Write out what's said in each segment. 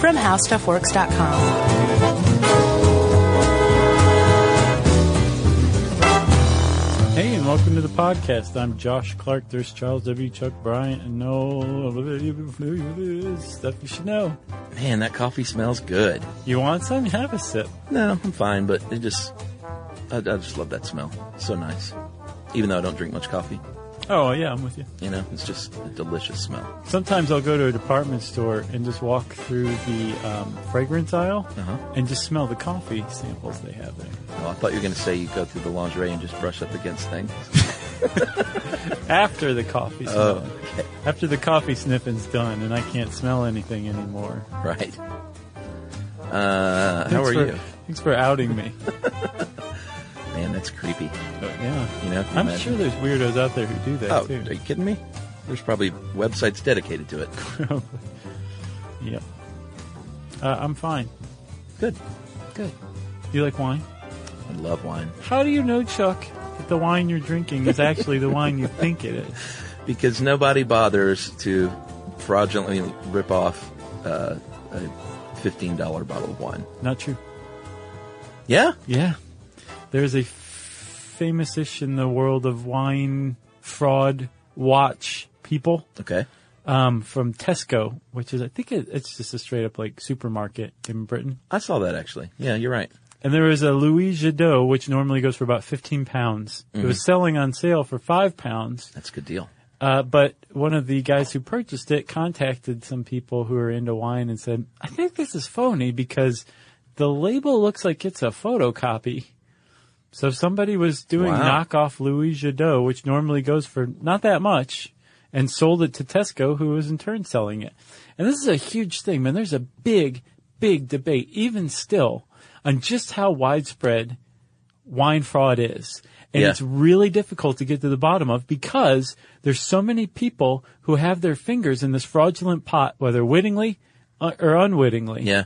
from HowStuffWorks.com. Hey, and welcome to the podcast. I'm Josh Clark. There's Charles W. Chuck Bryant, and no stuff you should know. Man, that coffee smells good. You want some? Have a sip. No, I'm fine, but it just, I, I just love that smell. So nice. Even though I don't drink much coffee, Oh yeah, I'm with you. you know, it's just a delicious smell. Sometimes I'll go to a department store and just walk through the um, fragrance aisle Uh-huh. and just smell the coffee samples they have there. Oh, I thought you were going to say you go through the lingerie and just brush up against things. After the coffee smell. Oh, okay. After the coffee sniffing's done and I can't smell anything anymore. Right. Uh, how Thanks are for- you? Thanks for outing me. Man, that's creepy. But, yeah. You know, if you I'm imagine- sure there's weirdos out there who do that Oh, too. are you kidding me? There's probably websites dedicated to it. Yep. Uh, I'm fine. Good. Good. You like wine? I love wine. How do you know, Chuck, that the wine you're drinking is actually the wine you think it is? Because nobody bothers to fraudulently rip off uh, a $15 bottle of wine. Not true. Yeah? Yeah. There's a f- famous ish in the world of wine fraud watch people Okay. um, from Tesco, which is, I think it, it's just a straight up like supermarket in Britain. I saw that actually. Yeah, you're right. And there was a Louis Jadot, which normally goes for about 15 pounds. It was selling on sale for five pounds. That's a good deal. Uh, but one of the guys who purchased it contacted some people who are into wine and said, I think this is phony because the label looks like it's a photocopy. So if somebody was doing Wow. knockoff Louis Jadot, which normally goes for not that much, and sold it to Tesco, who was in turn selling it. And this is a huge thing, man. There's a big, big debate, even still, on just how widespread wine fraud is. And Yeah. it's really difficult to get to the bottom of because there's so many people who have their fingers in this fraudulent pot, whether wittingly uh, or unwittingly. Yeah.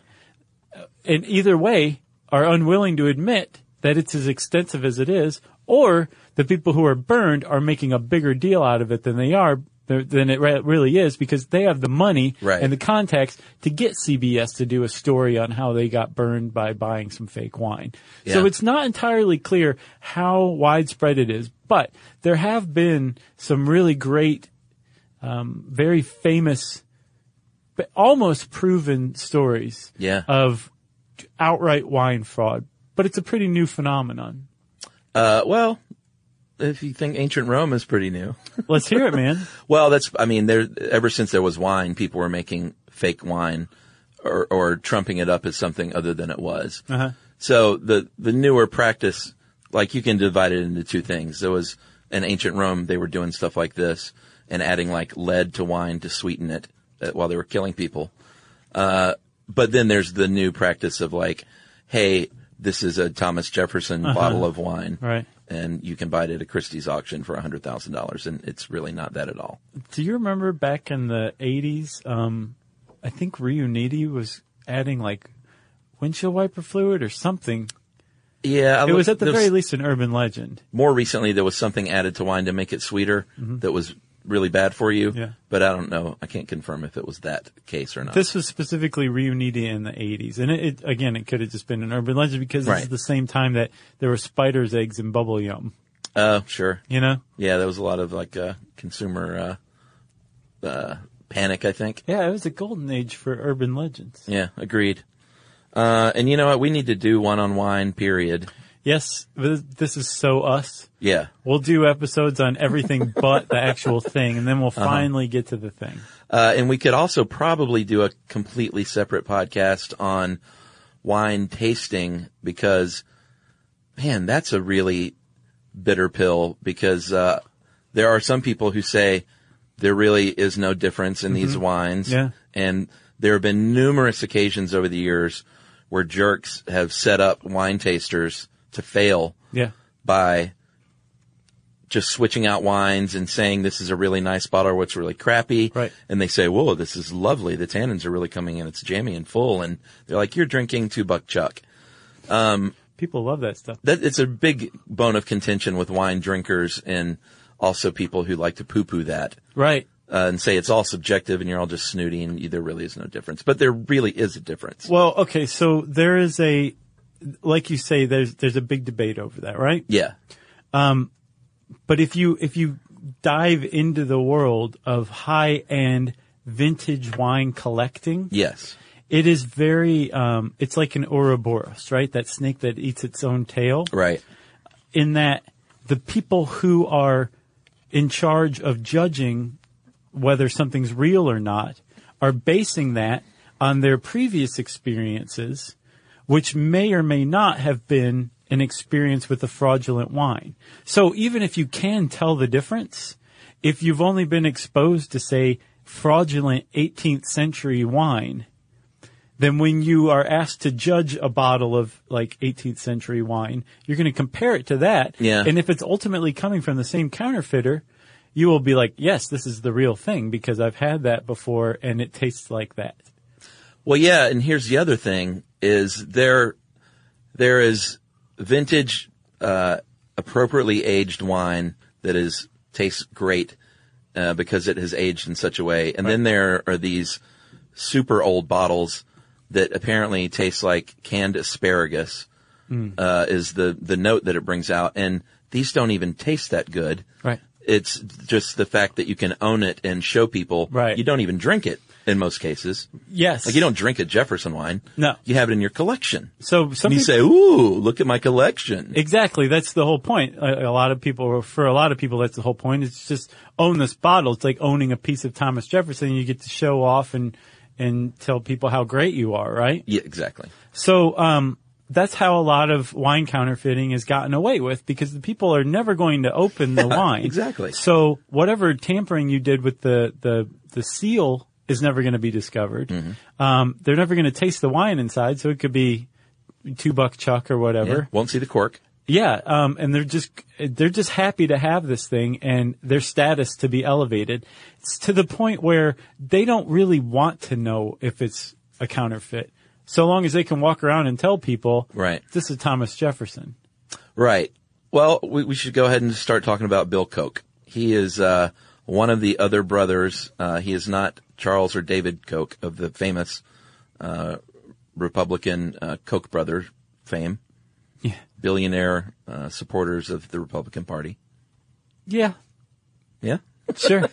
And either way are unwilling to admit that it's as extensive as it is, or the people who are burned are making a bigger deal out of it than they are. Than it re- really is because they have the money Right. and the contacts to get CBS to do a story on how they got burned by buying some fake wine. So Yeah. it's not entirely clear how widespread it is, but there have been some really great, um, very famous, but almost proven stories Yeah. of outright wine fraud. But it's a pretty new phenomenon. Uh, well, if you think ancient Rome is pretty new. Let's hear it, man. Well, that's, I mean, there, ever since there was wine, people were making fake wine or, or trumping it up as something other than it was. Uh-huh. So the, the newer practice, like you can divide it into two things. There was in ancient Rome, they were doing stuff like this and adding like lead to wine to sweeten it uh, while they were killing people. Uh, but then there's the new practice of like, hey, this is a Thomas Jefferson bottle of wine. Uh-huh. Right. And you can buy it at a Christie's auction for $100,000 and it's really not that at all. Do you remember back in the 80s? Um, I think Reuniti was adding like windshield wiper fluid or something. Yeah, I It was at the there's- very least an urban legend. More recently, there was something added to wine to make it sweeter that was really bad for you. Mm-hmm. Yeah. But I don't know. I can't confirm if it was that case or not. This was specifically Reuniti in the 80s. And it, it again, it could have just been an urban legend because Right. it's the same time that there were spider's eggs in bubble yum. Oh, sure. You know? Yeah, there was a lot of like uh, consumer uh, uh, panic, I think. Yeah, it was a golden age for urban legends. Yeah, agreed. Uh, and you know what? We need to do one on wine, period. Yes, th- this is so us. Yeah. We'll do episodes on everything but the actual thing, and then we'll finally get to the thing. Uh, and we could also probably do a completely separate podcast on wine tasting because, man, that's a really bitter pill because, uh, there are some people who say there really is no difference in these wines. Yeah. And there have been numerous occasions over the years where jerks have set up wine tasters to fail Yeah. by just switching out wines and saying this is a really nice bottle or what's really crappy. Right. And they say, whoa, this is lovely. The tannins are really coming in. It's jammy and full. And they're like, you're drinking two buck chuck. People love that stuff. That, it's a big bone of contention with wine drinkers and also people who like to poo poo that. Right. Uh, and say it's all subjective and you're all just snooty and there really is no difference. But there really is a difference. Well, okay, so there is a, like you say, there's, there's a big debate over that, right? yeah. But if you, if you dive into the world of high end vintage wine collecting, Yes. it is very, um, it's like an Ouroboros, right? That snake that eats its own tail. Right. in that the people who are in charge of judging whether something's real or not are basing that on their previous experiences, which may or may not have been an experience with a fraudulent wine. So even if you can tell the difference, if you've only been exposed to say fraudulent 18th century wine, then when you are asked to judge a bottle of like 18th century wine, you're going to compare it to that. Yeah. And if it's ultimately coming from the same counterfeiter, you will be like, yes, this is the real thing because I've had that before and it tastes like that. Well, yeah, and here's the other thing: is there there is vintage, uh, appropriately aged wine that is tastes great uh, because it has aged in such a way, and then there are these super old bottles that apparently taste like canned asparagus. Uh, is the the note that it brings out, and these don't even taste that good. Right. It's just the fact that you can own it and show people. Right. You don't even drink it in most cases. Yes. Like you don't drink a Jefferson wine. No. You have it in your collection. So some and you people- say, ooh, look at my collection. Exactly. That's the whole point. A, a lot of people, for a lot of people, that's the whole point. It's just own this bottle. It's like owning a piece of Thomas Jefferson. You get to show off and, and tell people how great you are, right? yeah, exactly. So, um, that's how a lot of wine counterfeiting is gotten away with because the people are never going to open the wine. exactly. So whatever tampering you did with the, the, the seal is never going to be discovered. Mm-hmm. Um, they're never going to taste the wine inside. So it could be two buck chuck or whatever. Yeah. Won't see the cork. Yeah, um, and they're just they're just happy to have this thing and their status to be elevated. It's to the point where they don't really want to know if it's a counterfeit, so long as they can walk around and tell people, Right. this is Thomas Jefferson." Right. Well, we, we should go ahead and start talking about Bill Koch. He is uh, one of the other brothers. Uh, he is not Charles or David Koch of the famous uh, Republican uh, Koch brother fame. Yeah. Billionaire uh, supporters of the Republican Party. Yeah, Yeah. sure. Are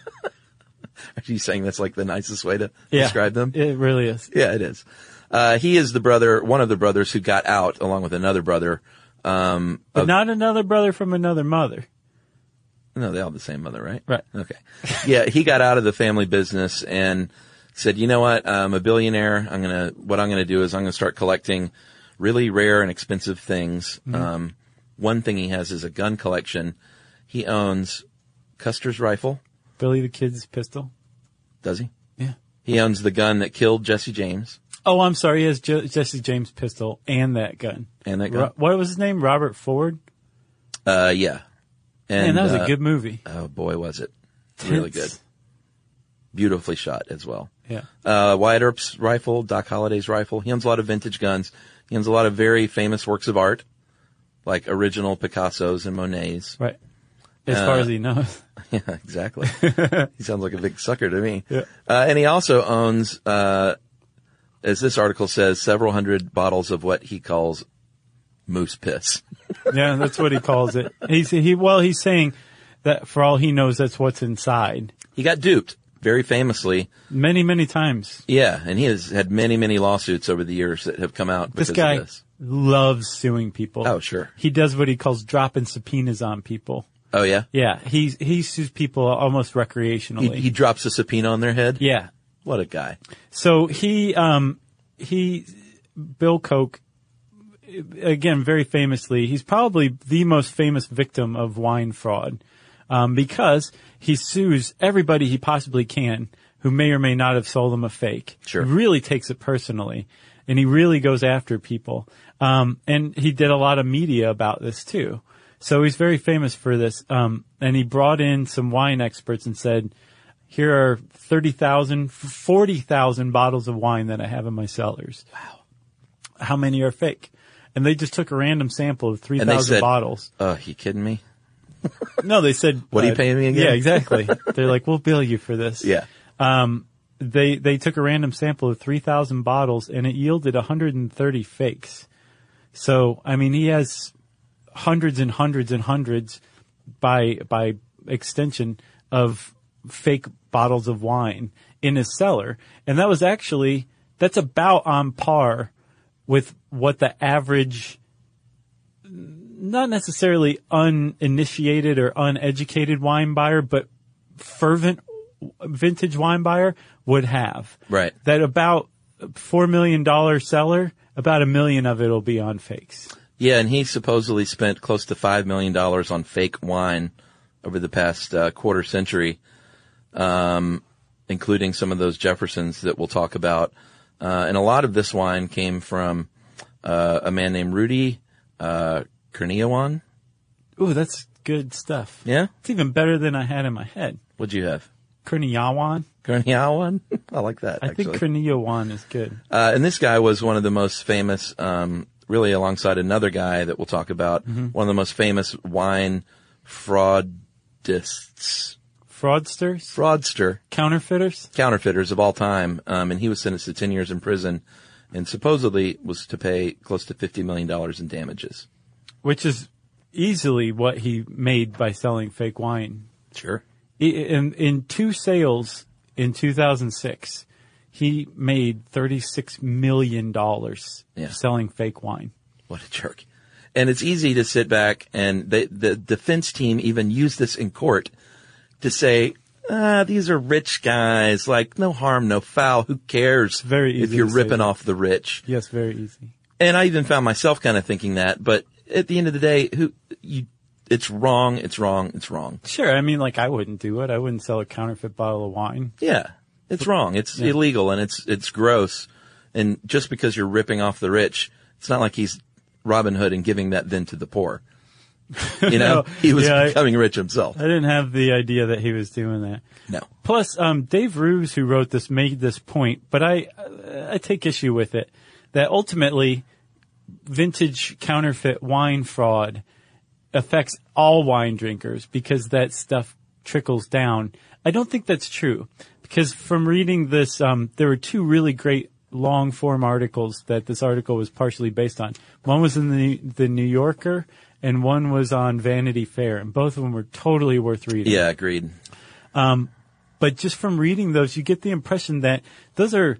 you saying that's like the nicest way to yeah. describe them? It really is. Yeah, it is. Uh, he is the brother, one of the brothers who got out along with another brother. Um, But not another brother from another mother. no, they all have the same mother, right? Right. Okay. Yeah, he got out of the family business and said, you know what? I'm a billionaire. I'm gonna, what I'm gonna do is I'm gonna start collecting really rare and expensive things. Mm-hmm. Um, one thing he has is a gun collection. He owns Custer's rifle, Billy the Kid's pistol. does he? Yeah. He owns the gun that killed Jesse James Oh, I'm sorry. He has Je- Jesse James pistol and that gun. and that gun. Ro- what was his name? Robert Ford. Uh, yeah. And Man, that was uh, a good movie. Oh boy, was it really good. Tense. Beautifully shot as well. Yeah. Uh, Wyatt Earp's rifle, Doc Holliday's rifle. He owns a lot of vintage guns. He owns a lot of very famous works of art, like original Picasso's and Monet's. Right. As far as he Uh, knows. Yeah, exactly. he sounds like a big sucker to me. Yeah. Uh, and he also owns, uh, as this article says, several hundred bottles of what he calls moose piss. Yeah, that's what he calls it. He's he well, he's saying that for all he knows, that's what's inside. He got duped very famously. Many many times, Yeah, and he has had many, many lawsuits over the years that have come out because this guy of this. loves suing people. Oh, sure. He does what he calls dropping subpoenas on people. Oh yeah, Yeah, he he sues people almost recreationally. he, he drops a subpoena on their head. yeah. What a guy. So he um he Bill Koch again very famously he's probably the most famous victim of wine fraud um, because he sues everybody he possibly can who may or may not have sold him a fake. Sure. He really takes it personally and he really goes after people. Um, and he did a lot of media about this too. So he's very famous for this. Um, and he brought in some wine experts and said, here are 30,000, 40,000 bottles of wine that I have in my cellars. Wow. How many are fake? And they just took a random sample of And they 3,000 said, bottles. "Oh, you kidding me?" No, they said, uh, What are you paying me again? Yeah, exactly. They're like, we'll bill you for this. Yeah. They, they took a random sample of 3,000 bottles and it yielded 130 fakes. So, I mean, he has hundreds and hundreds and hundreds by, by extension of fake bottles of wine in his cellar. And that was actually, that's about on par with what the average not necessarily uninitiated or uneducated wine buyer, but fervent vintage wine buyer would have. Right. That about $4 million seller, about a million of it will be on fakes. Yeah, and he supposedly spent close to five million dollars on fake wine over the past uh, quarter century, um, including some of those Jeffersons that we'll talk about. Uh, and a lot of this wine came from uh, a man named Rudy uh, Kurniawan. Ooh, that's good stuff. Yeah, It's even better than I had in my head. what'd you have? Kurniawan? Kurniawan? I like that. I actually. think Kurniawan is good. Uh, and this guy was one of the most famous, um, really alongside another guy that we'll talk about, one of the most famous wine fraudists, Fraudsters? fraudster, Counterfeiters? counterfeiters of all time. Um, and he was sentenced to 10 years in prison and supposedly was to pay close to $50 million in damages. Which is easily what he made by selling fake wine. Sure. I- in in two sales in 2006, he made 36 million dollars Yeah. selling fake wine. What a jerk. And it's easy to sit back and they, the defense team even used this in court to say, ah, these are rich guys, like no harm, no foul. Who cares? very If easy you're to say ripping that. off the rich. Yes, very easy. And I even found myself kind of thinking that, but at the end of the day, who you, it's wrong. It's wrong. It's wrong. Sure, I mean, like I wouldn't do it. I wouldn't sell a counterfeit bottle of wine. Yeah. It's wrong. It's illegal and it's, it's gross. And just because you're ripping off the rich, it's not like he's Robin Hood and giving that then to the poor. You know, No. he was Yeah, I- becoming rich himself. I didn't have the idea that he was doing that. No. Plus, um, Dave Ruse, who wrote this, made this point, but I I take issue with it that ultimately vintage counterfeit wine fraud affects all wine drinkers because that stuff trickles down. I don't think that's true because from reading this, um, there were two really great long form articles that this article was partially based on. One was in the the New Yorker and one was on Vanity Fair, and both of them were totally worth reading Yeah, agreed. but just from reading those, you get the impression that those are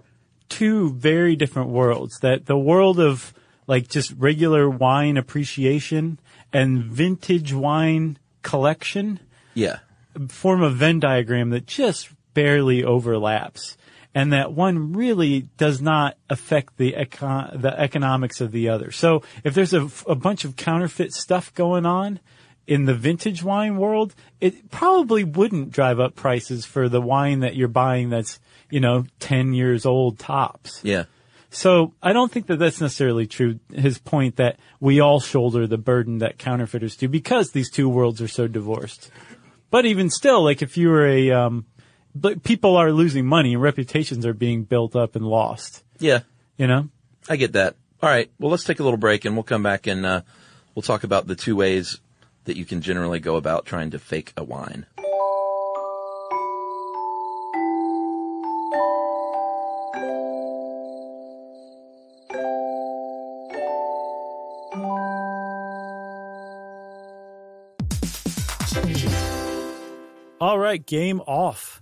two very different worlds. That the world of like just regular wine appreciation and vintage wine collection Yeah. form a Venn diagram that just barely overlaps. And that one really does not affect the econ- the economics of the other. So if there's a, a bunch of counterfeit stuff going on in the vintage wine world, it probably wouldn't drive up prices for the wine that you're buying that's, you know, 10 years old tops. Yeah. So I don't think that that's necessarily true. His point that we all shoulder the burden that counterfeiters do because these two worlds are so divorced. But even still, like if you were a, um, but people are losing money and reputations are being built up and lost, Yeah. you know? I get that. All right. Well, let's take a little break and we'll come back and uh, we'll talk about the two ways that you can generally go about trying to fake a wine. right, game off.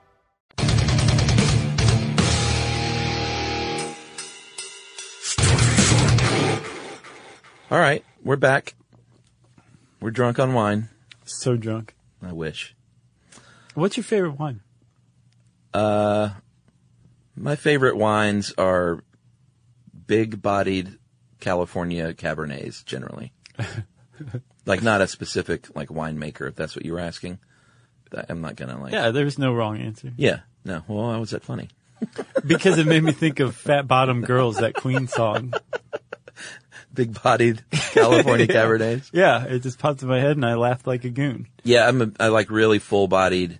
All right, we're back. We're drunk on wine. So drunk. I wish. What's your favorite wine? Uh, My favorite wines are big-bodied California Cabernets generally. like not a specific like winemaker if that's what you were asking. That- I'm not going to like Yeah, there's no wrong answer. Yeah. No. Well, I was that funny. Because it made me think of Fat Bottom Girls, that Queen song. Big-bodied California Cabernets. Yeah, it just popped in my head and I laughed like a goon. Yeah, I'm a, I like really full-bodied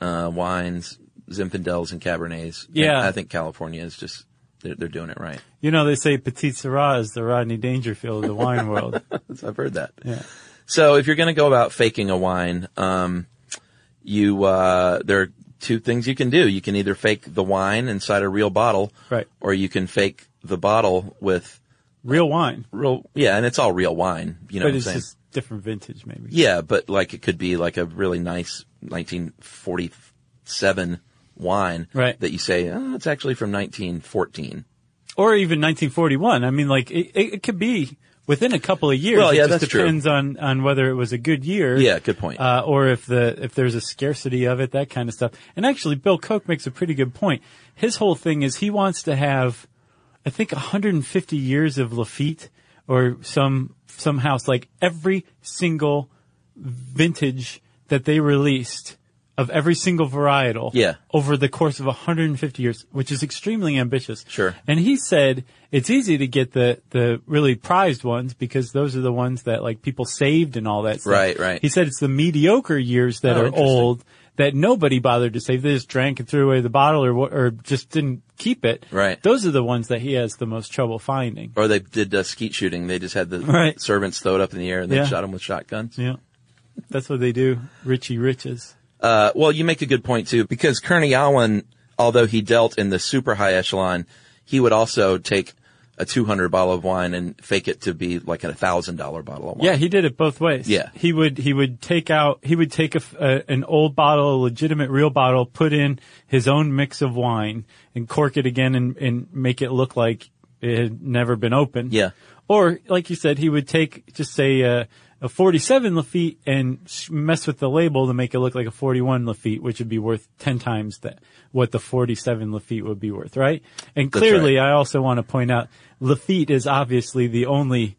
uh, wines, Zinfandels and Cabernets. Yeah. I, I think California is just they're, they're doing it right. You know, they say Petit Sirah is the Rodney Dangerfield of the wine world. So I've heard that. Yeah. So if you're going to go about faking a wine, um, you uh, there are two things you can do. You can either fake the wine inside a real bottle, Right. Or you can fake the bottle with Real wine. real, yeah, and it's all real wine. You know but what I'm it's saying? just different vintage, maybe. Yeah, but like it could be like a really nice 1947 wine Right. that you say, oh, it's actually from 1914. Or even 1941. I mean, like, it, it, it could be within a couple of years. Well, yeah, it just that's true. depends on, on whether it was a good year. Yeah, good point. Uh, or if the, if there's a scarcity of it, that kind of stuff. And actually, Bill Koch makes a pretty good point. His whole thing is he wants to have, I think, 150 years of Lafitte or some, some house, like every single vintage that they released of every single varietal Yeah. over the course of 150 years, which is extremely ambitious. Sure. And he said it's easy to get the, the really prized ones because those are the ones that like people saved and all that stuff. Right, right. He said it's the mediocre years that Oh, are interesting. old that nobody bothered to save. They just drank and threw away the bottle or, what- or just didn't keep it. Right. Those are the ones that he has the most trouble finding. or they did uh, skeet shooting. They just had the Right. servants throw it up in the air and they Yeah. shot them with shotguns. Yeah. That's what they do. Richie Riches. Uh, well, you make a good point too, because Kerniawan, although he dealt in the super high echelon, he would also take a 200 bottle of wine and fake it to be like a thousand dollar bottle of wine. Yeah, he did it both ways. Yeah. he would he would take out he would take a, f- a- an old bottle, a legitimate real bottle, put in his own mix of wine, and cork it again, and and make it look like it had never been opened. Yeah. Or like you said, he would take just say a, a 47 Lafitte and s- mess with the label to make it look like a 41 Lafitte, which would be worth 10 times that what the 47 Lafitte would be worth, right? And clearly, I also want to point out Lafitte is obviously the only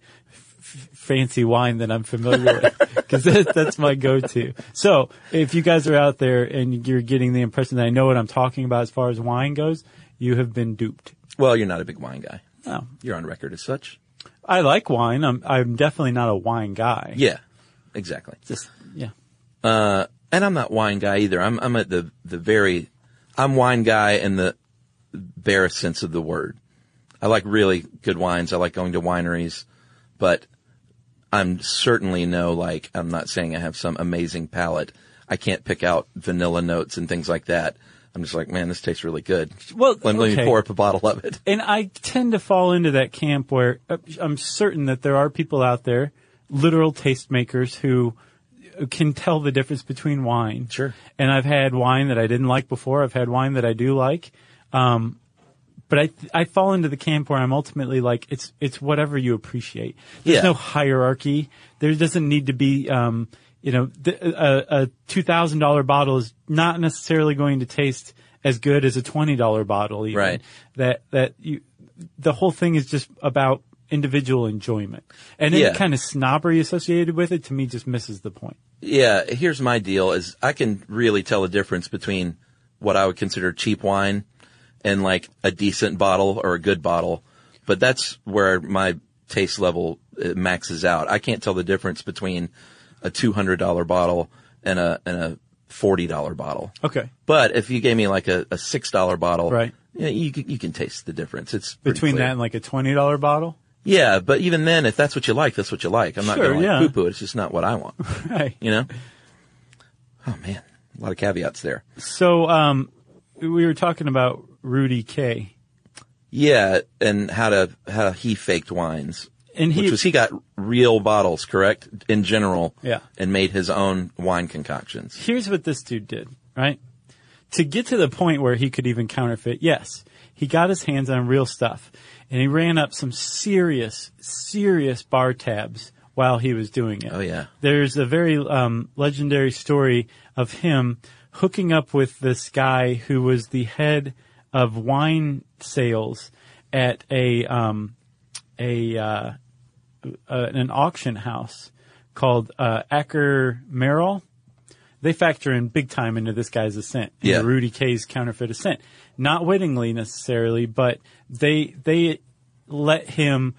fancy wine that I'm familiar with because that, that's my go-to. So if you guys are out there and you're getting the impression that I know what I'm talking about as far as wine goes, you have been duped. Well, you're not a big wine guy. No. You're on record as such. I like wine. I'm, I'm definitely not a wine guy. Yeah, exactly. Just, yeah. Uh, and I'm not wine guy either. I'm, I'm at the, the very, I'm wine guy in the barest sense of the word. I like really good wines. I like going to wineries, but I'm certainly no, like, I'm not saying I have some amazing palate. I can't pick out vanilla notes and things like that. I'm just like, man, this tastes really good. Well, let, me- let me okay. pour up a bottle of it. And I tend to fall into that camp where uh, I'm certain that there are people out there, literal tastemakers who can tell the difference between wine. Sure. And I've had wine that I didn't like before. I've had wine that I do like. Um, but I, I fall into the camp where I'm ultimately like, it's, it's whatever you appreciate. There's Yeah. no hierarchy. There doesn't need to be, um, you know, th- a, a $2,000 bottle is not necessarily going to taste as good as a $20 bottle even. Right. That, that you, the whole thing is just about individual enjoyment. And Yeah. any kind of snobbery associated with it to me just misses the point. Yeah, here's my deal is I can really tell a difference between what I would consider cheap wine and like a decent bottle or a good bottle. But that's where my taste level uh, maxes out. I can't tell the difference between a $200 bottle and a and a $40 bottle. Okay. But if you gave me like a, a $6 bottle, Right. yeah, you can- you can taste the difference. It's pretty Between clear. that and like a $20 bottle. Yeah, but even then if that's what you like, that's what you like. I'm not Sure, going to like yeah. poo poo it. It's just not what I want Right. you know? Oh man, a lot of caveats there. So, um, we were talking about Rudy K. Yeah, and how to how he faked wines, And he, which was he got real bottles, correct? In general, Yeah. and made his own wine concoctions. here's what this dude did, right? To get to the point where he could even counterfeit, yes, he got his hands on real stuff and he ran up some serious, serious bar tabs while he was doing it. Oh, yeah. There's a very um, legendary story of him hooking up with this guy who was the head of wine sales at a, um, a, uh, uh, an auction house called uh, Acker Merrill. They factor in big time into this guy's ascent, into Yeah. Rudy K's counterfeit ascent. Not wittingly necessarily, but they they let him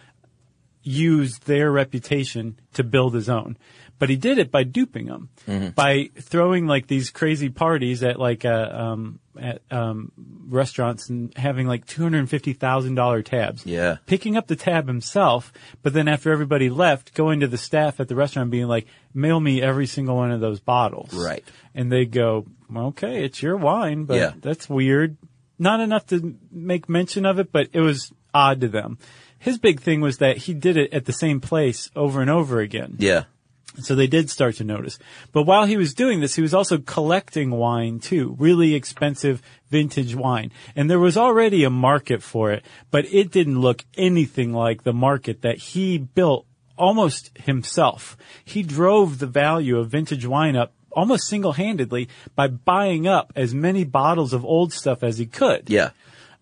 use their reputation to build his own. But he did it by duping them, Mm-hmm. by throwing like these crazy parties at like uh, um, at um, restaurants and having like two hundred fifty thousand dollar tabs Yeah. picking up the tab himself, but then after everybody left, going to the staff at the restaurant and being like, mail me every single one of those bottles. Right. And they go, well, okay, it's your wine, but Yeah. that's weird. Not enough to make mention of it, but it was odd to them. His big thing was that he did it at the same place over and over again. Yeah, So they did start to notice. But while he was doing this, he was also collecting wine too, really expensive vintage wine. And there was already a market for it, but it didn't look anything like the market that he built almost himself. He drove the value of vintage wine up almost single-handedly by buying up as many bottles of old stuff as he could. yeah,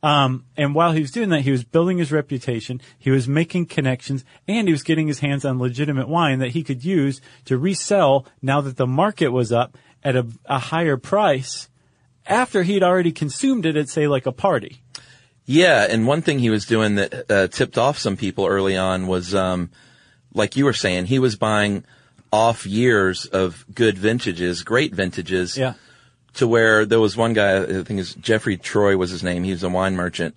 Um, and while he was doing that, he was building his reputation, he was making connections, and he was getting his hands on legitimate wine that he could use to resell now that the market was up at a, a higher price after he'd already consumed it at say like a party. yeah. And one thing he was doing that uh, tipped off some people early on was, um, like you were saying, he was buying off years of good vintages, great vintages. Yeah. to where there was one guy, I think is Jeffrey Troy was his name. He was a wine merchant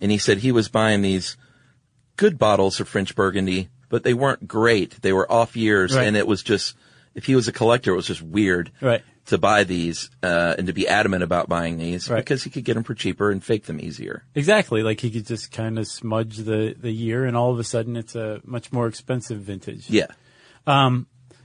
and he said he was buying these good bottles of French Burgundy, but they weren't great. They were off years Right. and it was just, if he was a collector, it was just weird Right. to buy these, uh, and to be adamant about buying these Right. because he could get them for cheaper and fake them easier. Exactly. Like he could just kind of smudge the, the year and all of a sudden it's a much more expensive vintage. Yeah.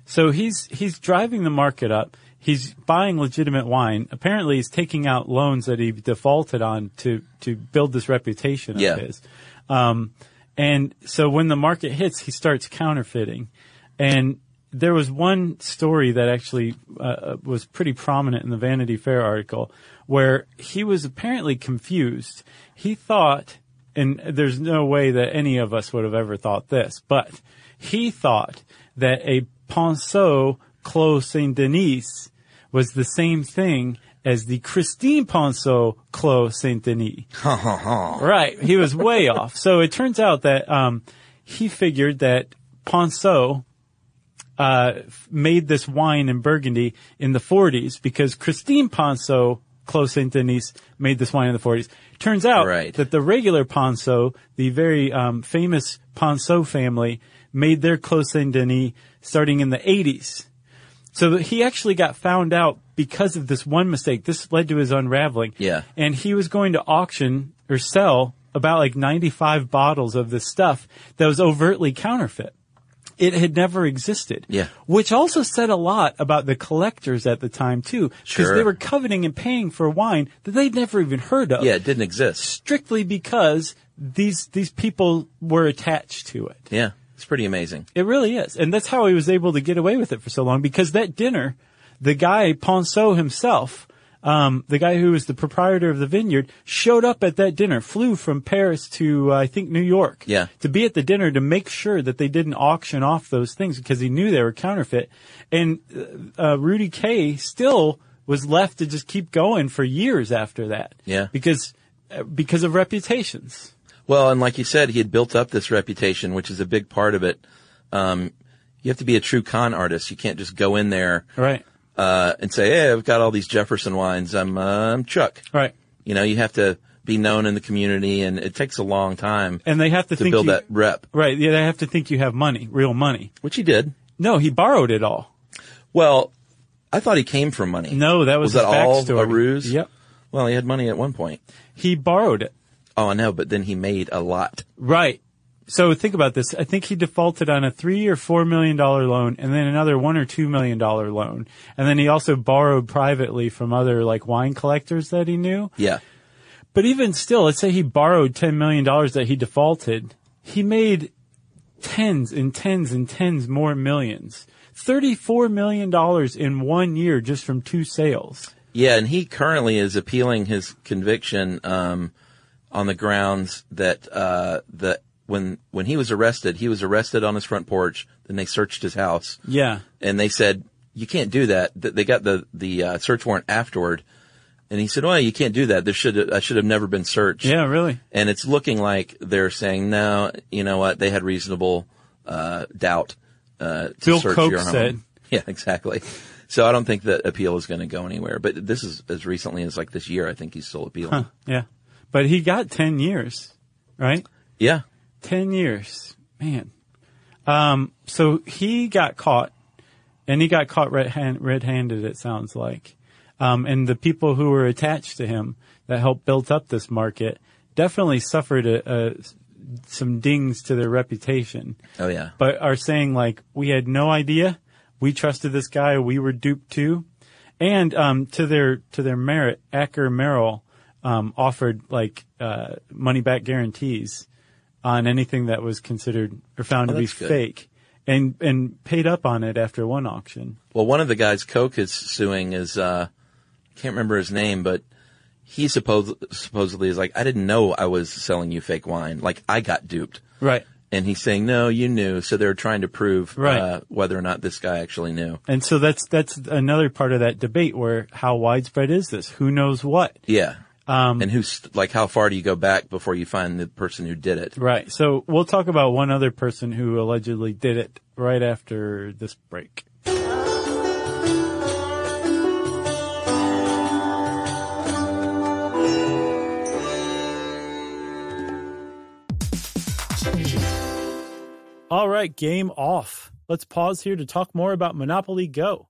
So he's he's driving the market up. He's buying legitimate wine. Apparently, he's taking out loans that he defaulted on to to build this reputation Yeah. of his. Um, and so when the market hits, he starts counterfeiting. And there was one story that actually uh, was pretty prominent in the Vanity Fair article where he was apparently confused. He thought, and there's no way that any of us would have ever thought this, but he thought that a Ponceau Clos Saint Denis was the same thing as the Christine Ponceau Clos Saint Denis. Right. He was way off. So it turns out that um, he figured that Ponceau uh, f- made this wine in Burgundy in the 40s because Christine Ponceau, Clos Saint Denis, made this wine in the 40s. Turns out Right. that the regular Ponceau, the very um, famous Ponceau family, made their Clos Saint Denis starting in the 80s. So that he actually got found out because of this one mistake. This led to his unraveling. Yeah. And he was going to auction or sell about like 95 bottles of this stuff that was overtly counterfeit. It had never existed. Yeah. Which also said a lot about the collectors at the time too. Sure. Because they were coveting and paying for wine that they'd never even heard of. Yeah, it didn't exist. Strictly because these, these people were attached to it. Yeah, it's pretty amazing. It really is. And that's how he was able to get away with it for so long because that dinner, the guy, Ponceau himself, um, the guy who was the proprietor of the vineyard, showed up at that dinner, flew from Paris to, uh, I think, New York. Yeah. To be at the dinner to make sure that they didn't auction off those things because he knew they were counterfeit. And, uh, Rudy Kay still was left to just keep going for years after that. Yeah. Because, uh, because of reputations. Well, and like you said, he had built up this reputation, which is a big part of it. Um, you have to be a true con artist. You can't just go in there Right. uh, and say, "Hey, I've got all these Jefferson wines. I'm uh, I'm Chuck." Right. You know, you have to be known in the community, and it takes a long time And they have to, to think build you- that rep, Right. Yeah, they have to think you have money, real money. which he did. No, he borrowed it all. Well, I thought he came from money. No, that was, was that his all backstory. a ruse? Yep. Well, he had money at one point. He borrowed it. Oh, I know, but then he made a lot. Right. So think about this. I think he defaulted on a three or four million dollar loan and then another one or two million dollar loan. And then he also borrowed privately from other like wine collectors that he knew. Yeah. But even still, let's say he borrowed $10 million that he defaulted. He made tens and tens and tens more millions. $34 million in one year just from two sales. Yeah, and he currently is appealing his conviction um, on the grounds that uh, that when when he was arrested, he was arrested on his front porch. Then they searched his house, Yeah. and they said you can't do that. Th- They got the the uh, search warrant afterward, and he said, "Well, you can't do that. There should I should have never been searched." Yeah, really. and it's looking like they're saying, "No, you know what? They had reasonable uh, doubt uh, to Bill search Koch your home." said. Yeah, exactly. So I don't think that appeal is going to go anywhere. But this is as recently as like this year. I think he's still appealing. Yeah. But he got 10 years, right? Yeah, 10 years. Man. Um, so he got caught and he got caught red hand, red-handed, it sounds like. Um, and the people who were attached to him that helped built up this market definitely suffered a, a, some dings to their reputation, Oh yeah. but are saying like, we had no idea. We trusted this guy. We were duped too. And, um, to their, to their merit, Acker Merrill, um, offered like, uh, money back guarantees on anything that was considered or found Oh, to be that's good. fake and, and paid up on it after one auction. Well, one of the guys Koch is suing is uh, I can't remember his name, but he supposed supposedly is like, "I didn't know I was selling you fake wine. Like I got duped." Right. And he's saying, "No, you knew." So they're trying to prove Right. uh, whether or not this guy actually knew. And so that's that's another part of that debate where how widespread is this? Who knows what? Yeah. Um, and who's like, how far do you go back before you find the person who did it? Right. So we'll talk about one other person who allegedly did it right after this break. All right, game off. Let's pause here to talk more about Monopoly Go.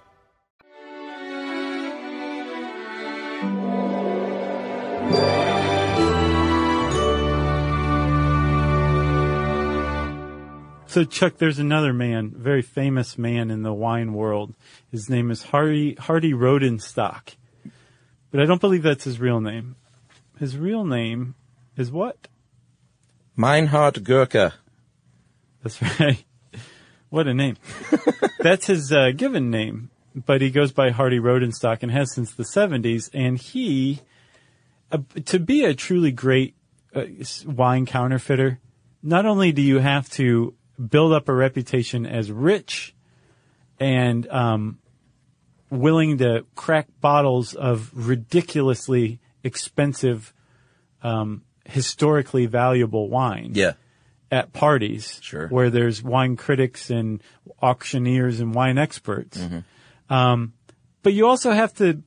So Chuck, there's another man, very famous man in the wine world. His name is Hardy Hardy Rodenstock, but I don't believe that's his real name. His real name is what? Meinhard Gurka. That's right. What a name. That's his uh, given name, but he goes by Hardy Rodenstock and has since the 70s. And he, uh, to be a truly great uh, s- wine counterfeiter, not only do you have to build up a reputation as rich and um, willing to crack bottles of ridiculously expensive, um, historically valuable wine Yeah. at parties Sure. where there's wine critics and auctioneers and wine experts. Um, Mm-hmm. but you also have to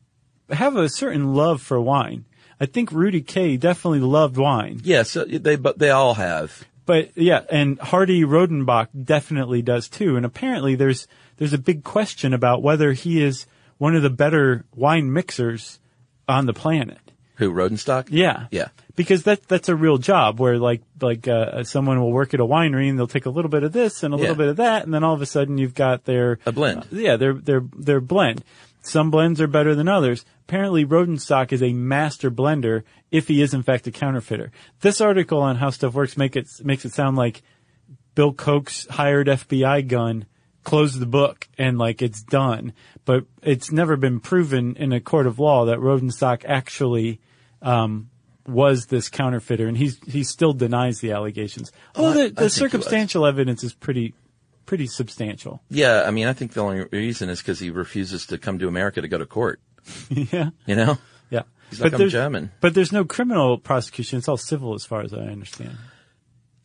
have a certain love for wine. I think Rudy Kay definitely loved wine, Yeah. So they, but they all have. but yeah, and Hardy Rodenbach definitely does too. And apparently there's, there's a big question about whether he is one of the better wine mixers on the planet. Who? Rodenstock? Yeah. Yeah. Because that that's a real job where like like uh, someone will work at a winery and they'll take a little bit of this and a little Yeah. bit of that and then all of a sudden you've got their Uh, A blend. yeah, their their their blend. Some blends are better than others. Apparently, Rodenstock is a master blender if he is in fact a counterfeiter. This article on how stuff works make it makes it sound like Bill Koch's hired FBI gun closed the book and like it's done. But it's never been proven in a court of law that Rodenstock actually um, was this counterfeiter, and he's he still denies the allegations. Although I- the, I the think he was. circumstantial evidence is pretty pretty substantial. Yeah. I mean, I think the only reason is because he refuses to come to America to go to court. yeah. You know? Yeah. He's like, "I'm there's- German." But there's no criminal prosecution. It's all civil as far as I understand.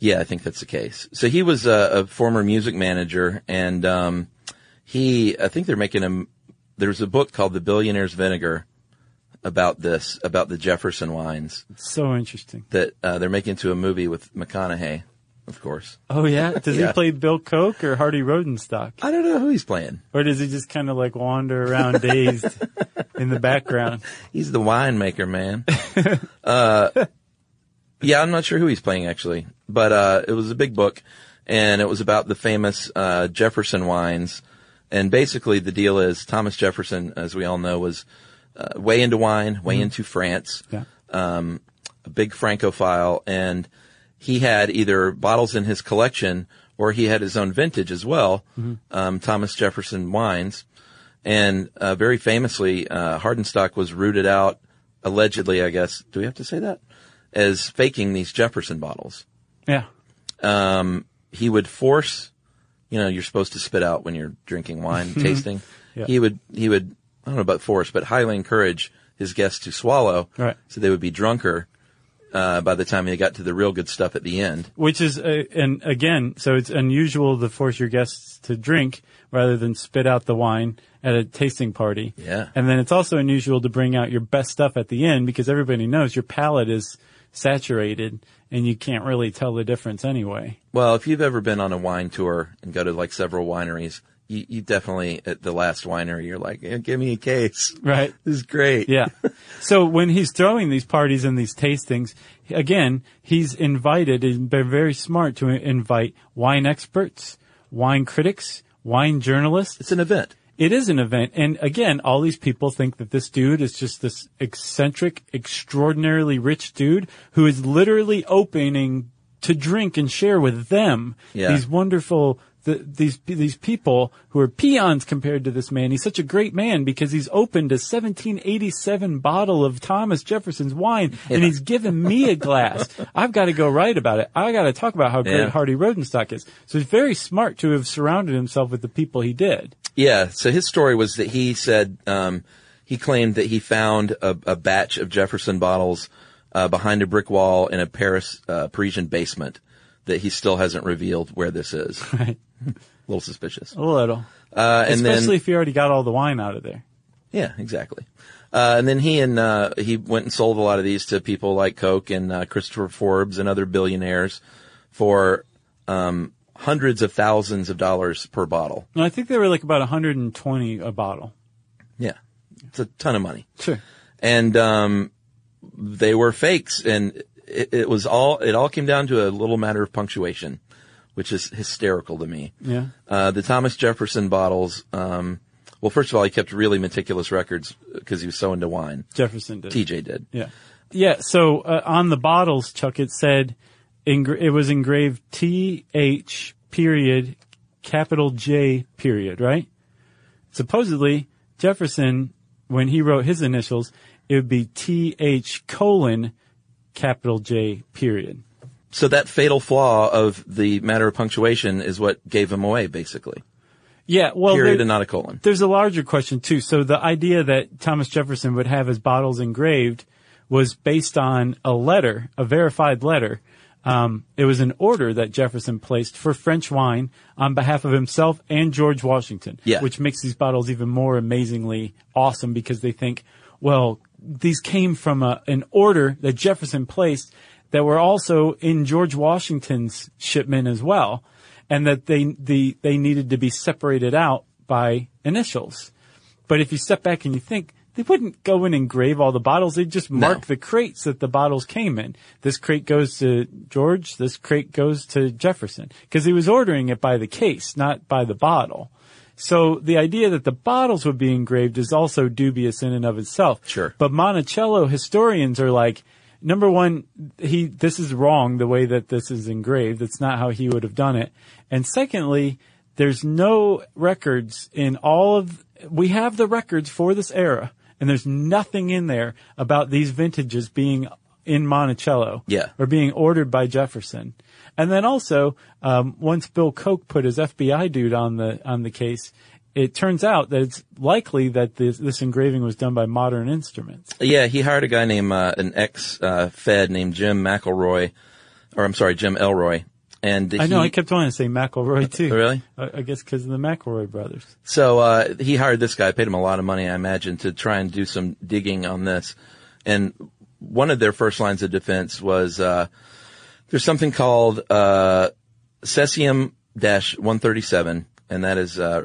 Yeah, I think that's the case. So he was a, a former music manager, and um, he, I think they're making him. There's a book called The Billionaire's Vinegar about this, about the Jefferson wines It's so interesting. that uh, they're making into a movie with McConaughey, of course. Oh yeah? Does Yeah. he play Bill Koch or Hardy Rodenstock? I don't know who he's playing. Or does he just kind of like wander around dazed in the background? He's the winemaker, man. uh, yeah, I'm not sure who he's playing actually, but uh, it was a big book, and it was about the famous uh, Jefferson wines. And basically, the deal is Thomas Jefferson, as we all know, was uh, way into wine, way into France, Yeah. um, a big Francophile, and he had either bottles in his collection or he had his own vintage as well, um, Thomas Jefferson wines. And uh, very famously, uh, Hardenstock was rooted out, allegedly, I guess. Do we have to say that? As faking these Jefferson bottles. Yeah. He would force, you know, you're supposed to spit out when you're drinking wine, tasting. Yeah. He would, he would, I don't know about force, but highly encourage his guests to swallow. Right. So they would be drunker, uh, by the time they got to the real good stuff at the end. Which is, uh, and again, so it's unusual to force your guests to drink rather than spit out the wine at a tasting party. Yeah. And then it's also unusual to bring out your best stuff at the end because everybody knows your palate is saturated and you can't really tell the difference anyway. Well, if you've ever been on a wine tour and go to like several wineries, you, you definitely at the last winery, you're like, "Eh, give me a case. Right. This is great. Yeah. so when he's throwing these parties and these tastings, again, he's invited and been very smart to invite wine experts, wine critics, wine journalists. It's an event. It is an event. And again, all these people think that this dude is just this eccentric, extraordinarily rich dude who is literally opening to drink and share with them Yeah. these wonderful th these these people who are peons compared to this man. He's such a great man because he's opened a 1787 bottle of Thomas Jefferson's wine and he's given me a glass. I've got to go write about it. I got to talk about how great Yeah. Hardy Rodenstock is. So he's very smart to have surrounded himself with the people he did. Yeah. So his story was that he said, um, he claimed that he found a, a batch of Jefferson bottles uh, behind a brick wall in a Paris uh, Parisian basement that he still hasn't revealed where this is. Right. A little suspicious. A little. Uh, and Especially then, if you already got all the wine out of there. Yeah, exactly. Uh, and then he and uh, he went and sold a lot of these to people like Koch and uh, Christopher Forbes and other billionaires for um, hundreds of thousands of dollars per bottle. No, I think they were like about 120 a bottle. Yeah, it's a ton of money. Sure. and um, they were fakes, and it, it was all it all came down to a little matter of punctuation, which is hysterical to me. Yeah. Uh, the Thomas Jefferson bottles. Um, well, first of all, he kept really meticulous records because he was so into wine. Jefferson did. TJ did. Yeah. Yeah. So uh, on the bottles, Chuck, it said engra- it was engraved TH period, capital J period, right? Supposedly, Jefferson, when he wrote his initials, it would be TH colon, capital J period. So that fatal flaw of the matter of punctuation is what gave him away, basically. Yeah. Well, Period there- and not a colon. there's a larger question too. So the idea that Thomas Jefferson would have his bottles engraved was based on a letter, a verified letter. Um, it was an order that Jefferson placed for French wine on behalf of himself and George Washington, Yeah. which makes these bottles even more amazingly awesome because they think, well, these came from a, an order that Jefferson placed that were also in George Washington's shipment as well, and that they the they needed to be separated out by initials. But if you step back and you think, they wouldn't go and engrave all the bottles. They'd just mark the crates that the bottles came in. This crate goes to George. This crate goes to Jefferson. Cause he was ordering it by the case, not by the bottle. So the idea that the bottles would be engraved is also dubious in and of itself. Sure. But Monticello historians are like, number one, he, this is wrong the way that this is engraved. That's not how he would have done it. And secondly, there's no records in all of, we have the records for this era and there's nothing in there about these vintages being in Monticello. Yeah. Or being ordered by Jefferson. And then also, um, once Bill Koch put his FBI dude on the, on the case, it turns out that it's likely that this, this engraving was done by modern instruments. Yeah, he hired a guy named uh, an ex uh, Fed named Jim McElroy, or I'm sorry, Jim Elroy. And I know, he- Oh, I kept wanting to say McElroy too. Really? I, I guess because of the McElroy brothers. So uh, he hired this guy, paid him a lot of money, I imagine, to try and do some digging on this. And one of their first lines of defense was uh, there's something called uh, cesium 137, and that is uh,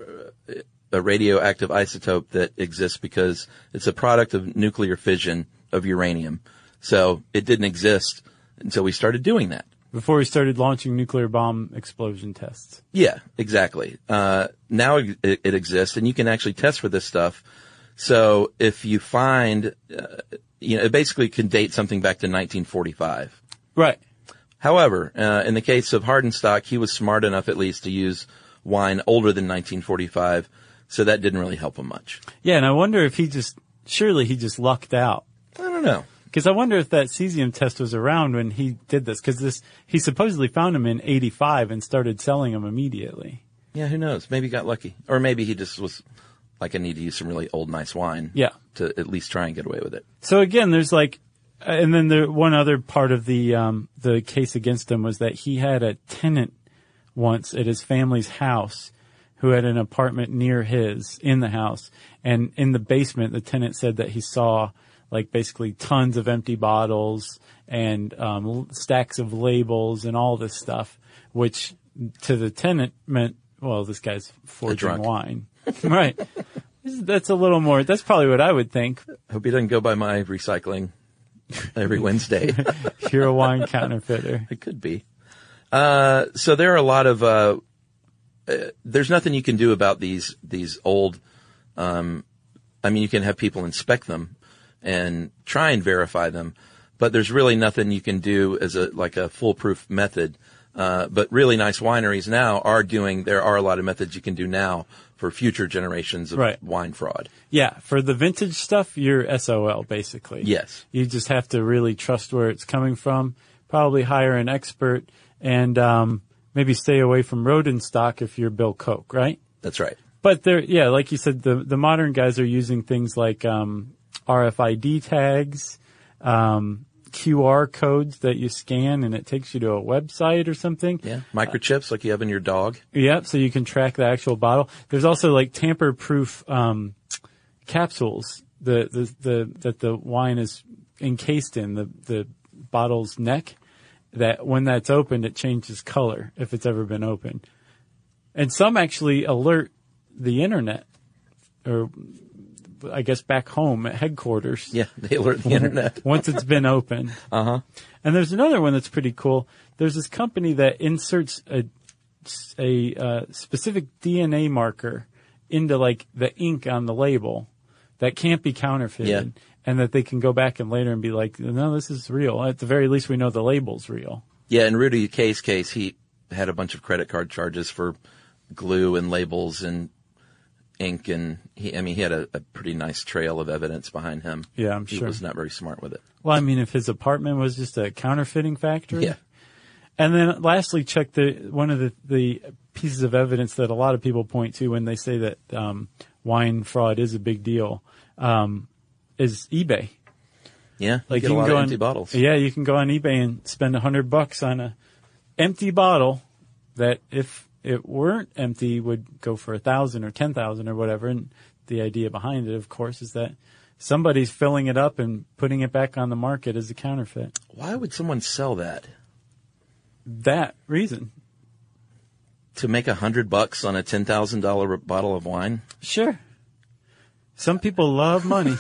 a radioactive isotope that exists because it's a product of nuclear fission of uranium. So it didn't exist until we started doing that. Before we started launching nuclear bomb explosion tests. Yeah, exactly. Uh, now it, it exists, and you can actually test for this stuff. So if you find, uh, you know, it basically can date something back to 1945. Right. However, uh, in the case of Hardenstock, he was smart enough at least to use wine older than 1945, so that didn't really help him much. Yeah. And I wonder if he just, surely he just lucked out. I don't know. Because I wonder if that cesium test was around when he did this. Because this, he supposedly found him in '85 and started selling them immediately. Yeah, who knows? Maybe he got lucky, or maybe he just was like, I need to use some really old, nice wine. Yeah. To at least try and get away with it. So again, there's like, uh, and then the one other part of the um, the case against him was that he had a tenant once at his family's house who had an apartment near his in the house, and in the basement, the tenant said that he saw like basically tons of empty bottles and um, l- stacks of labels and all this stuff, which to the tenant meant, well, this guy's forging drunk. wine, right? That's a little more. That's probably what I would think, Hope he doesn't go by my recycling every Wednesday. You're a wine counterfeiter. It could be. Uh, so there are a lot of, uh, uh, there's nothing you can do about these, these old, um, I mean, you can have people inspect them and try and verify them, but there's really nothing you can do as a, like a foolproof method. Uh, but really nice wineries now are doing, there are a lot of methods you can do now for future generations of Right. wine fraud. Yeah, for the vintage stuff, you're SOL basically. Yes. You just have to really trust where it's coming from, probably hire an expert and um, maybe stay away from rodent stock if you're Bill Koch, right? That's right. But there, yeah, like you said, the, the modern guys are using things like um, RFID tags, um, QR codes that you scan and it takes you to a website or something. Yeah. Microchips like you have in your dog. Yep. So you can track the actual bottle. There's also like tamper proof, um, capsules the, the, the, that the wine is encased in the, the bottle's neck that when that's opened, it changes color if it's ever been opened. And some actually alert the internet or I guess back home at headquarters. Yeah. They alert the internet. Uh-huh. once it's been open. Uh huh. And there's another one that's pretty cool. There's this company that inserts a a uh, specific DNA marker into like the ink on the label that can't be counterfeited, Yeah. and that they can go back and later and be like, no, this is real. At the very least, we know the label's real. Yeah, in Rudy Kay's case, he had a bunch of credit card charges for glue and labels and ink, and he, I mean, he had a, a pretty nice trail of evidence behind him. Yeah, I'm he sure. was not very smart with it. Well, I mean, if his apartment was just a counterfeiting factory, Yeah, And then lastly, check the one of the, the pieces of evidence that a lot of people point to when they say that um, wine fraud is a big deal um, is eBay. yeah. you get a lot of empty on, bottles. Yeah, you can go on eBay and spend a hundred bucks on a empty bottle that if it weren't empty would go for a thousand or ten thousand or whatever. And the idea behind it, of course, is that somebody's filling it up and putting it back on the market as a counterfeit. Why would someone sell that That reason. to make a hundred bucks on a ten thousand dollar bottle of wine? Sure. Some people love money.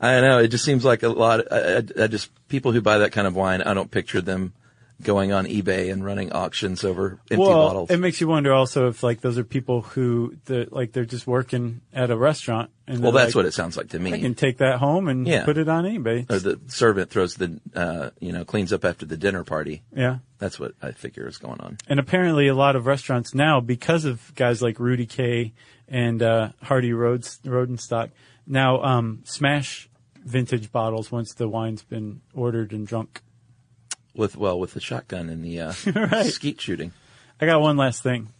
I don't know. It just seems like a lot. I, I, I just people who buy that kind of wine, I don't picture them going on eBay and running auctions over empty well, bottles. it makes you wonder also if like those are people who the like they're just working at a restaurant and well, they're that's like, what it sounds like to me. I can take that home and Yeah. Uh, put it on eBay. or the servant throws the uh, you know cleans up after the dinner party. yeah. That's what I figure is going on. And apparently a lot of restaurants now because of guys like Rudy Kay and uh Hardy Rhodes Rodenstock now um smash vintage bottles once the wine's been ordered and drunk. With well, with the shotgun and the uh, skeet shooting. I got one last thing.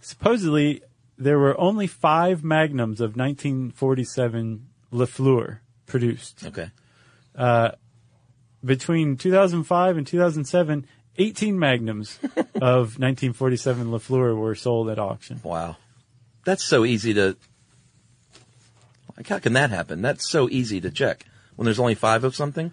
Supposedly, there were only five magnums of 1947 Lafleur produced. Okay, Between 2005 and 2007, 18 magnums of 1947 Lafleur were sold at auction. wow, that's so easy to. Like, how can that happen? That's so easy to check when there's only five of something.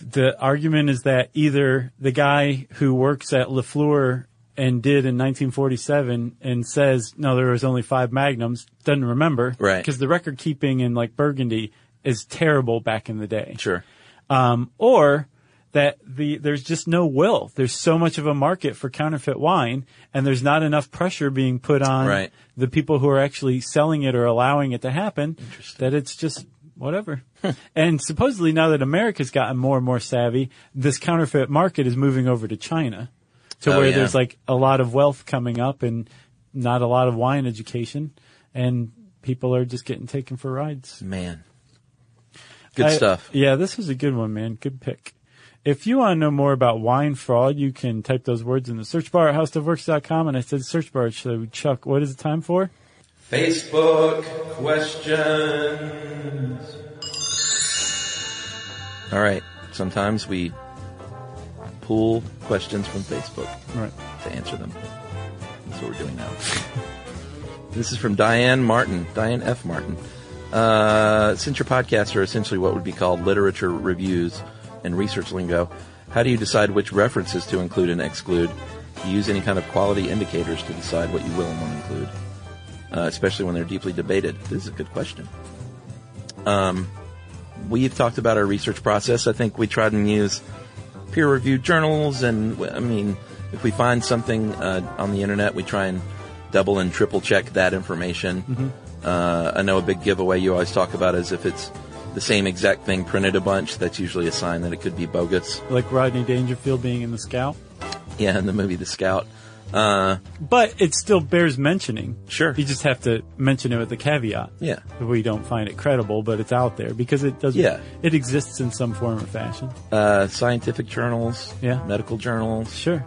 The argument is that either the guy who works at Lafleur and did in 1947 and says, no, there was only five magnums, doesn't remember. Right. Because the record keeping in like Burgundy is terrible back in the day. Sure. um, or that the there's just no will. There's so much of a market for counterfeit wine, and there's not enough pressure being put on Right. the people who are actually selling it or allowing it to happen. That it's just whatever. and supposedly now that America's gotten more and more savvy, this counterfeit market is moving over to China, to Oh, where yeah. there's like a lot of wealth coming up and not a lot of wine education, and people are just getting taken for rides. Man, good I- stuff. Yeah, this was a good one, man. Good pick. If you want to know more about wine fraud, you can type those words in the search bar at howstuffworks.com. And I said search bar, so Chuck, what is it time for? Facebook questions. All right. Sometimes we pull questions from Facebook Right. to answer them. That's what we're doing now. this is from Diane Martin, Diane F. Martin. Uh, since your podcasts are essentially what would be called literature reviews and research lingo, how do you decide which references to include and exclude? Do you use any kind of quality indicators to decide what you will and won't include, uh, especially when they're deeply debated? This is a good question. Um, we've talked about our research process. I think we tried and use peer reviewed journals. And I mean, if we find something uh, on the internet, we try and double and triple check that information. Uh, I know a big giveaway you always talk about is if it's the same exact thing printed a bunch, that's usually a sign that it could be bogus. Like Rodney Dangerfield being in the scout. Yeah, in the movie The Scout. Uh, But it still bears mentioning. Sure. You just have to mention it with a caveat. yeah. We don't find it credible, but it's out there because it doesn't, Yeah. it exists in some form or fashion. Uh, scientific journals, Yeah. medical journals. Sure.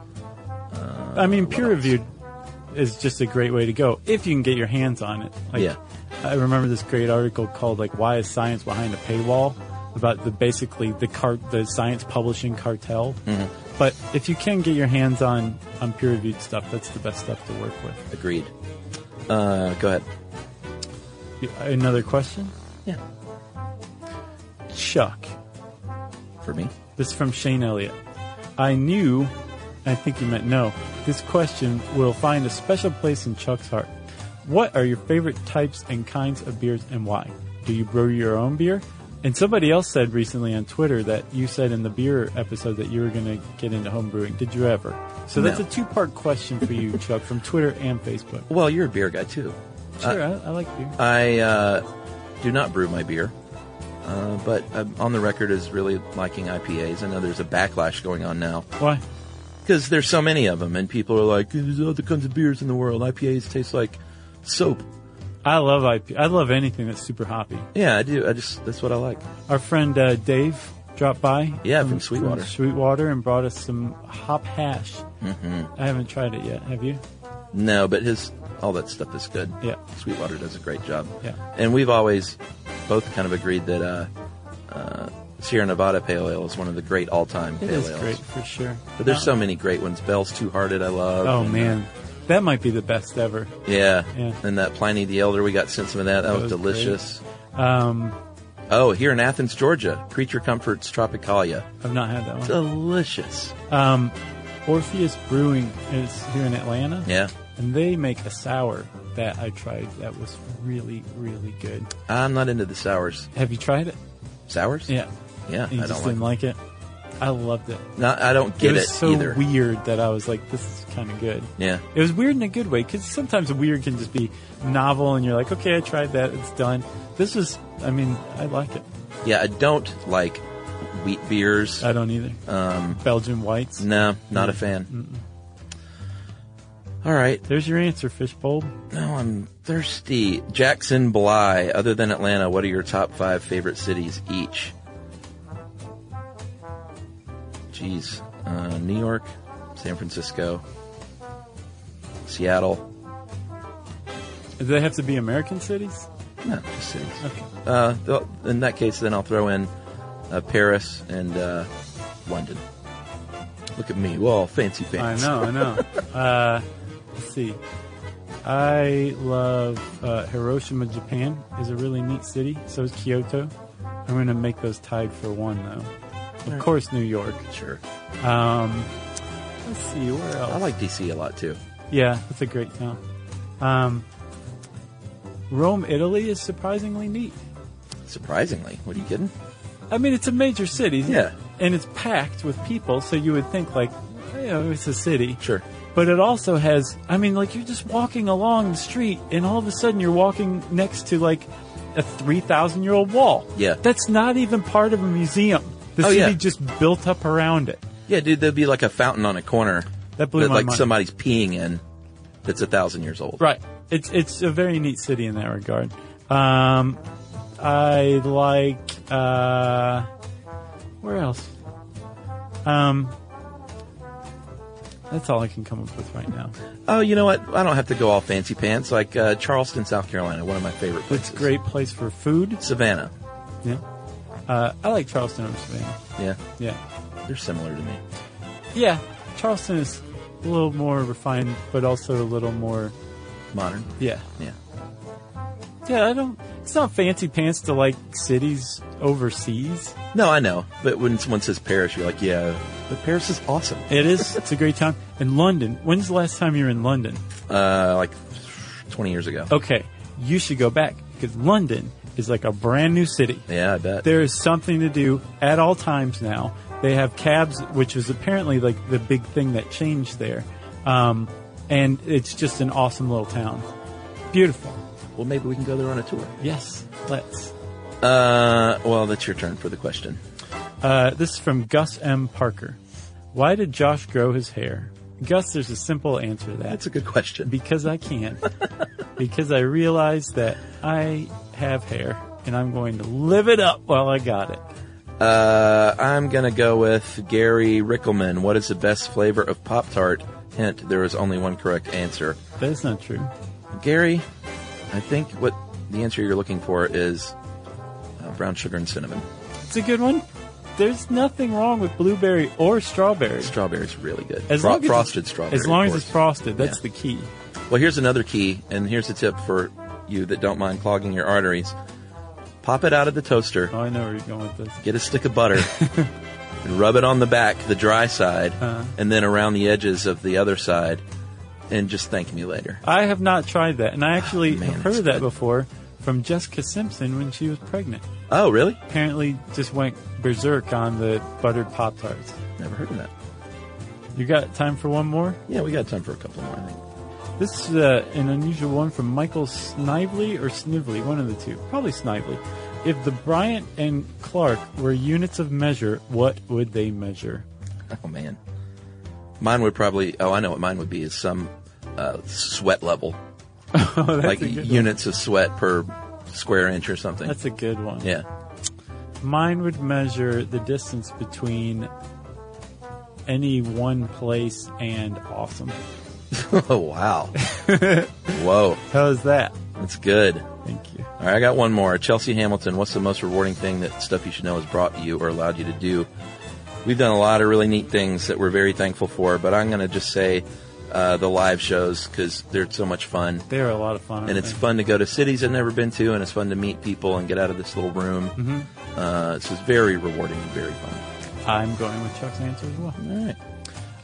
I mean, peer reviewed is just a great way to go if you can get your hands on it. Like, Yeah. I remember this great article called like "Why is Science Behind a Paywall?" about the basically the cart the science publishing cartel. But if you can get your hands on on peer reviewed stuff, that's the best stuff to work with. Agreed. Uh, go ahead. Another question, Yeah. Chuck. For me. This is from Shane Elliott. I knew, I think you meant no, this question will find a special place in Chuck's heart. What are your favorite types and kinds of beers and why? Do you brew your own beer? And somebody else said recently on Twitter that you said in the beer episode that you were going to get into home brewing. Did you ever? So that's No. a two part question for you, Chuck, from Twitter and Facebook. Well, you're a beer guy too. Sure, I, I like beer. I uh, do not brew my beer, uh, but I'm on the record as really liking IPAs. I know there's a backlash going on now Why? because there's so many of them, and people are like, "There's other kinds of beers in the world. IPAs taste like soap." I love IP. I love anything that's super hoppy. Yeah, I do. I just that's what I like. Our friend uh, Dave dropped by. Yeah, from Sweetwater. Sweetwater and brought us some hop hash. Mm-hmm. I haven't tried it yet. Have you? No, but his all that stuff is good. Yeah. Sweetwater does a great job. Yeah. and we've always both kind of agreed that uh, uh, Sierra Nevada Pale Ale is one of the great all-time It pale is ales. great for sure. But there's so many great ones. Bell's Two Hearted, I love. Oh And, uh, man, that might be the best ever. Yeah. Yeah. And that Pliny the Elder, we got sent some of that. That, That was, was delicious. Um, Oh, here in Athens, Georgia, Creature Comforts Tropicalia. I've not had that one. Delicious. Um, Orpheus Brewing is here in Atlanta, Yeah. and they make a sour that I tried that was really, really good. I'm not into the sours. Have you tried it? Sours? Yeah. Yeah. You I just don't didn't like, like it. I loved it. No, I don't get it it, was so either. weird that I was like, this is kind of good. Yeah. It was weird in a good way because sometimes weird can just be novel and you're like, okay, I tried that, it's done. This was, I mean, I like it. Yeah, I don't like wheat beers. I don't either. Um, Belgian whites. no, not a fan. All right. There's your answer, Fishbowl. No, I'm thirsty. Jackson Bly, other than Atlanta, what are your top five favorite cities each? Jeez. Uh, New York, San Francisco, Seattle. Do they have to be American cities? No, just cities. Okay. Uh, th- in that case, then I'll throw in uh, Paris and uh, London. Look at me. Well, fancy I pants. know, I know. uh, let's see. I love uh, Hiroshima, Japan is a really neat city. So is Kyoto. I'm going to make those tied for one, though. Of course, New York. Sure. Um, let's see, where else? I like DC a lot too. Yeah, it's a great town. Um, Rome, Italy is surprisingly neat. Surprisingly. What are you kidding? I mean, it's a major city. isn't it? Yeah. And it's packed with people, so you would think, like, you know, it's a city. Sure. But it also has, I mean, like, you're just walking along the street, and all of a sudden you're walking next to, like, a 3,000 year old wall. Yeah. That's not even part of a museum. The Oh, city yeah. just built up around it. Yeah, dude, there'd be like a fountain on a corner That blew that my like mind. somebody's peeing in that's a thousand years old. Right. It's it's a very neat city in that regard. Um, I like uh, where else? Um, that's all I can come up with right now. Oh, you know what? I don't have to go all fancy pants. Like uh, Charleston, South Carolina, one of my favorite places. It's a great place for food. Savannah. Yeah. Uh, I like Charleston over Savannah. Yeah, Yeah. they're similar to me. Yeah. Charleston is a little more refined, but also a little more. Modern. Yeah. Yeah. Yeah. I don't. It's not fancy pants to like cities overseas. No, I know. But when someone says Paris, you're like, yeah, but Paris is awesome. It is. It's a great time. And London. When's the last time you were in London? Uh, like 20 years ago. Okay, you should go back because London is like a brand new city. Yeah, I bet. There is something to do at all times now. They have cabs, which was apparently like the big thing that changed there. Um, and it's just an awesome little town. Beautiful. Well, maybe we can go there on a tour. Yes, let's. Uh, well, that's your turn for the question. Uh, this is from Gus M. Parker. Why did Josh grow his hair? Gus, there's a simple answer to that. That's a good question. Because I can. because I realize that I have hair and I'm going to live it up while I got it. Uh, I'm gonna go with Gary Rickelman. What is the best flavor of Pop Tart? Hint: There is only one correct answer. That's not true. Gary, I think what the answer you're looking for is uh, brown sugar and cinnamon. It's a good one. There's nothing wrong with blueberry or strawberry. Strawberry's really good. As Fro- long as it's- frosted strawberry. As long of as it's course. frosted, that's Yeah. the key. Well, here's another key, and here's a tip for you that don't mind clogging your arteries. Pop it out of the toaster, Oh, I know where you're going with this. get a stick of butter, and rub it on the back, the dry side, Uh-huh. and then around the edges of the other side, and just thank me later. I have not tried that, and I actually Oh, man, have that's heard that good. before from Jessica Simpson when she was pregnant. Oh, really? Apparently, just went berserk on the buttered pop tarts. Never heard of that. You got time for one more? Yeah, we got time for a couple more. I think. This is uh, an unusual one from Michael Snively or Snively, one of the two. Probably Snively. If the Bryant and Clark were units of measure, what would they measure? Oh man, mine would probably. Oh, I know what mine would be is some uh, sweat level, Oh, that's like a good units of sweat per square inch or something. That's a good one. yeah. Mine would measure the distance between any one place and awesome. Oh wow. Whoa, How's that? that's good. Thank you. All right, I got one more. Chelsea Hamilton, what's the most rewarding thing that Stuff You Should Know has brought you or allowed you to do? We've done a lot of really neat things that we're very thankful for, but I'm going to just say uh, the live shows because they're so much fun. They are a lot of fun. aren't and it's they? fun to go to cities I've never been to, and it's fun to meet people and get out of this little room. Mm-hmm. Uh, so it's very rewarding and very fun. I'm going with Chuck's answer as well. All right.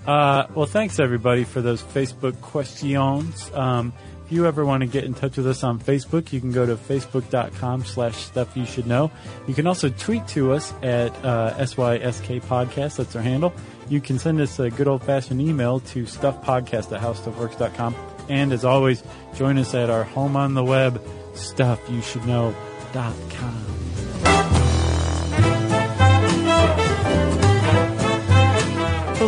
Uh, well, thanks everybody for those Facebook questions. Um, if you ever want to get in touch with us on Facebook, you can go to facebook.com slash stuff you should know. You can also tweet to us at uh, SYSK Podcast. That's our handle. You can send us a good old fashioned email to stuffpodcast at howstuffworks.com. And as always, join us at our home on the web, stuffyoushouldknow.com. For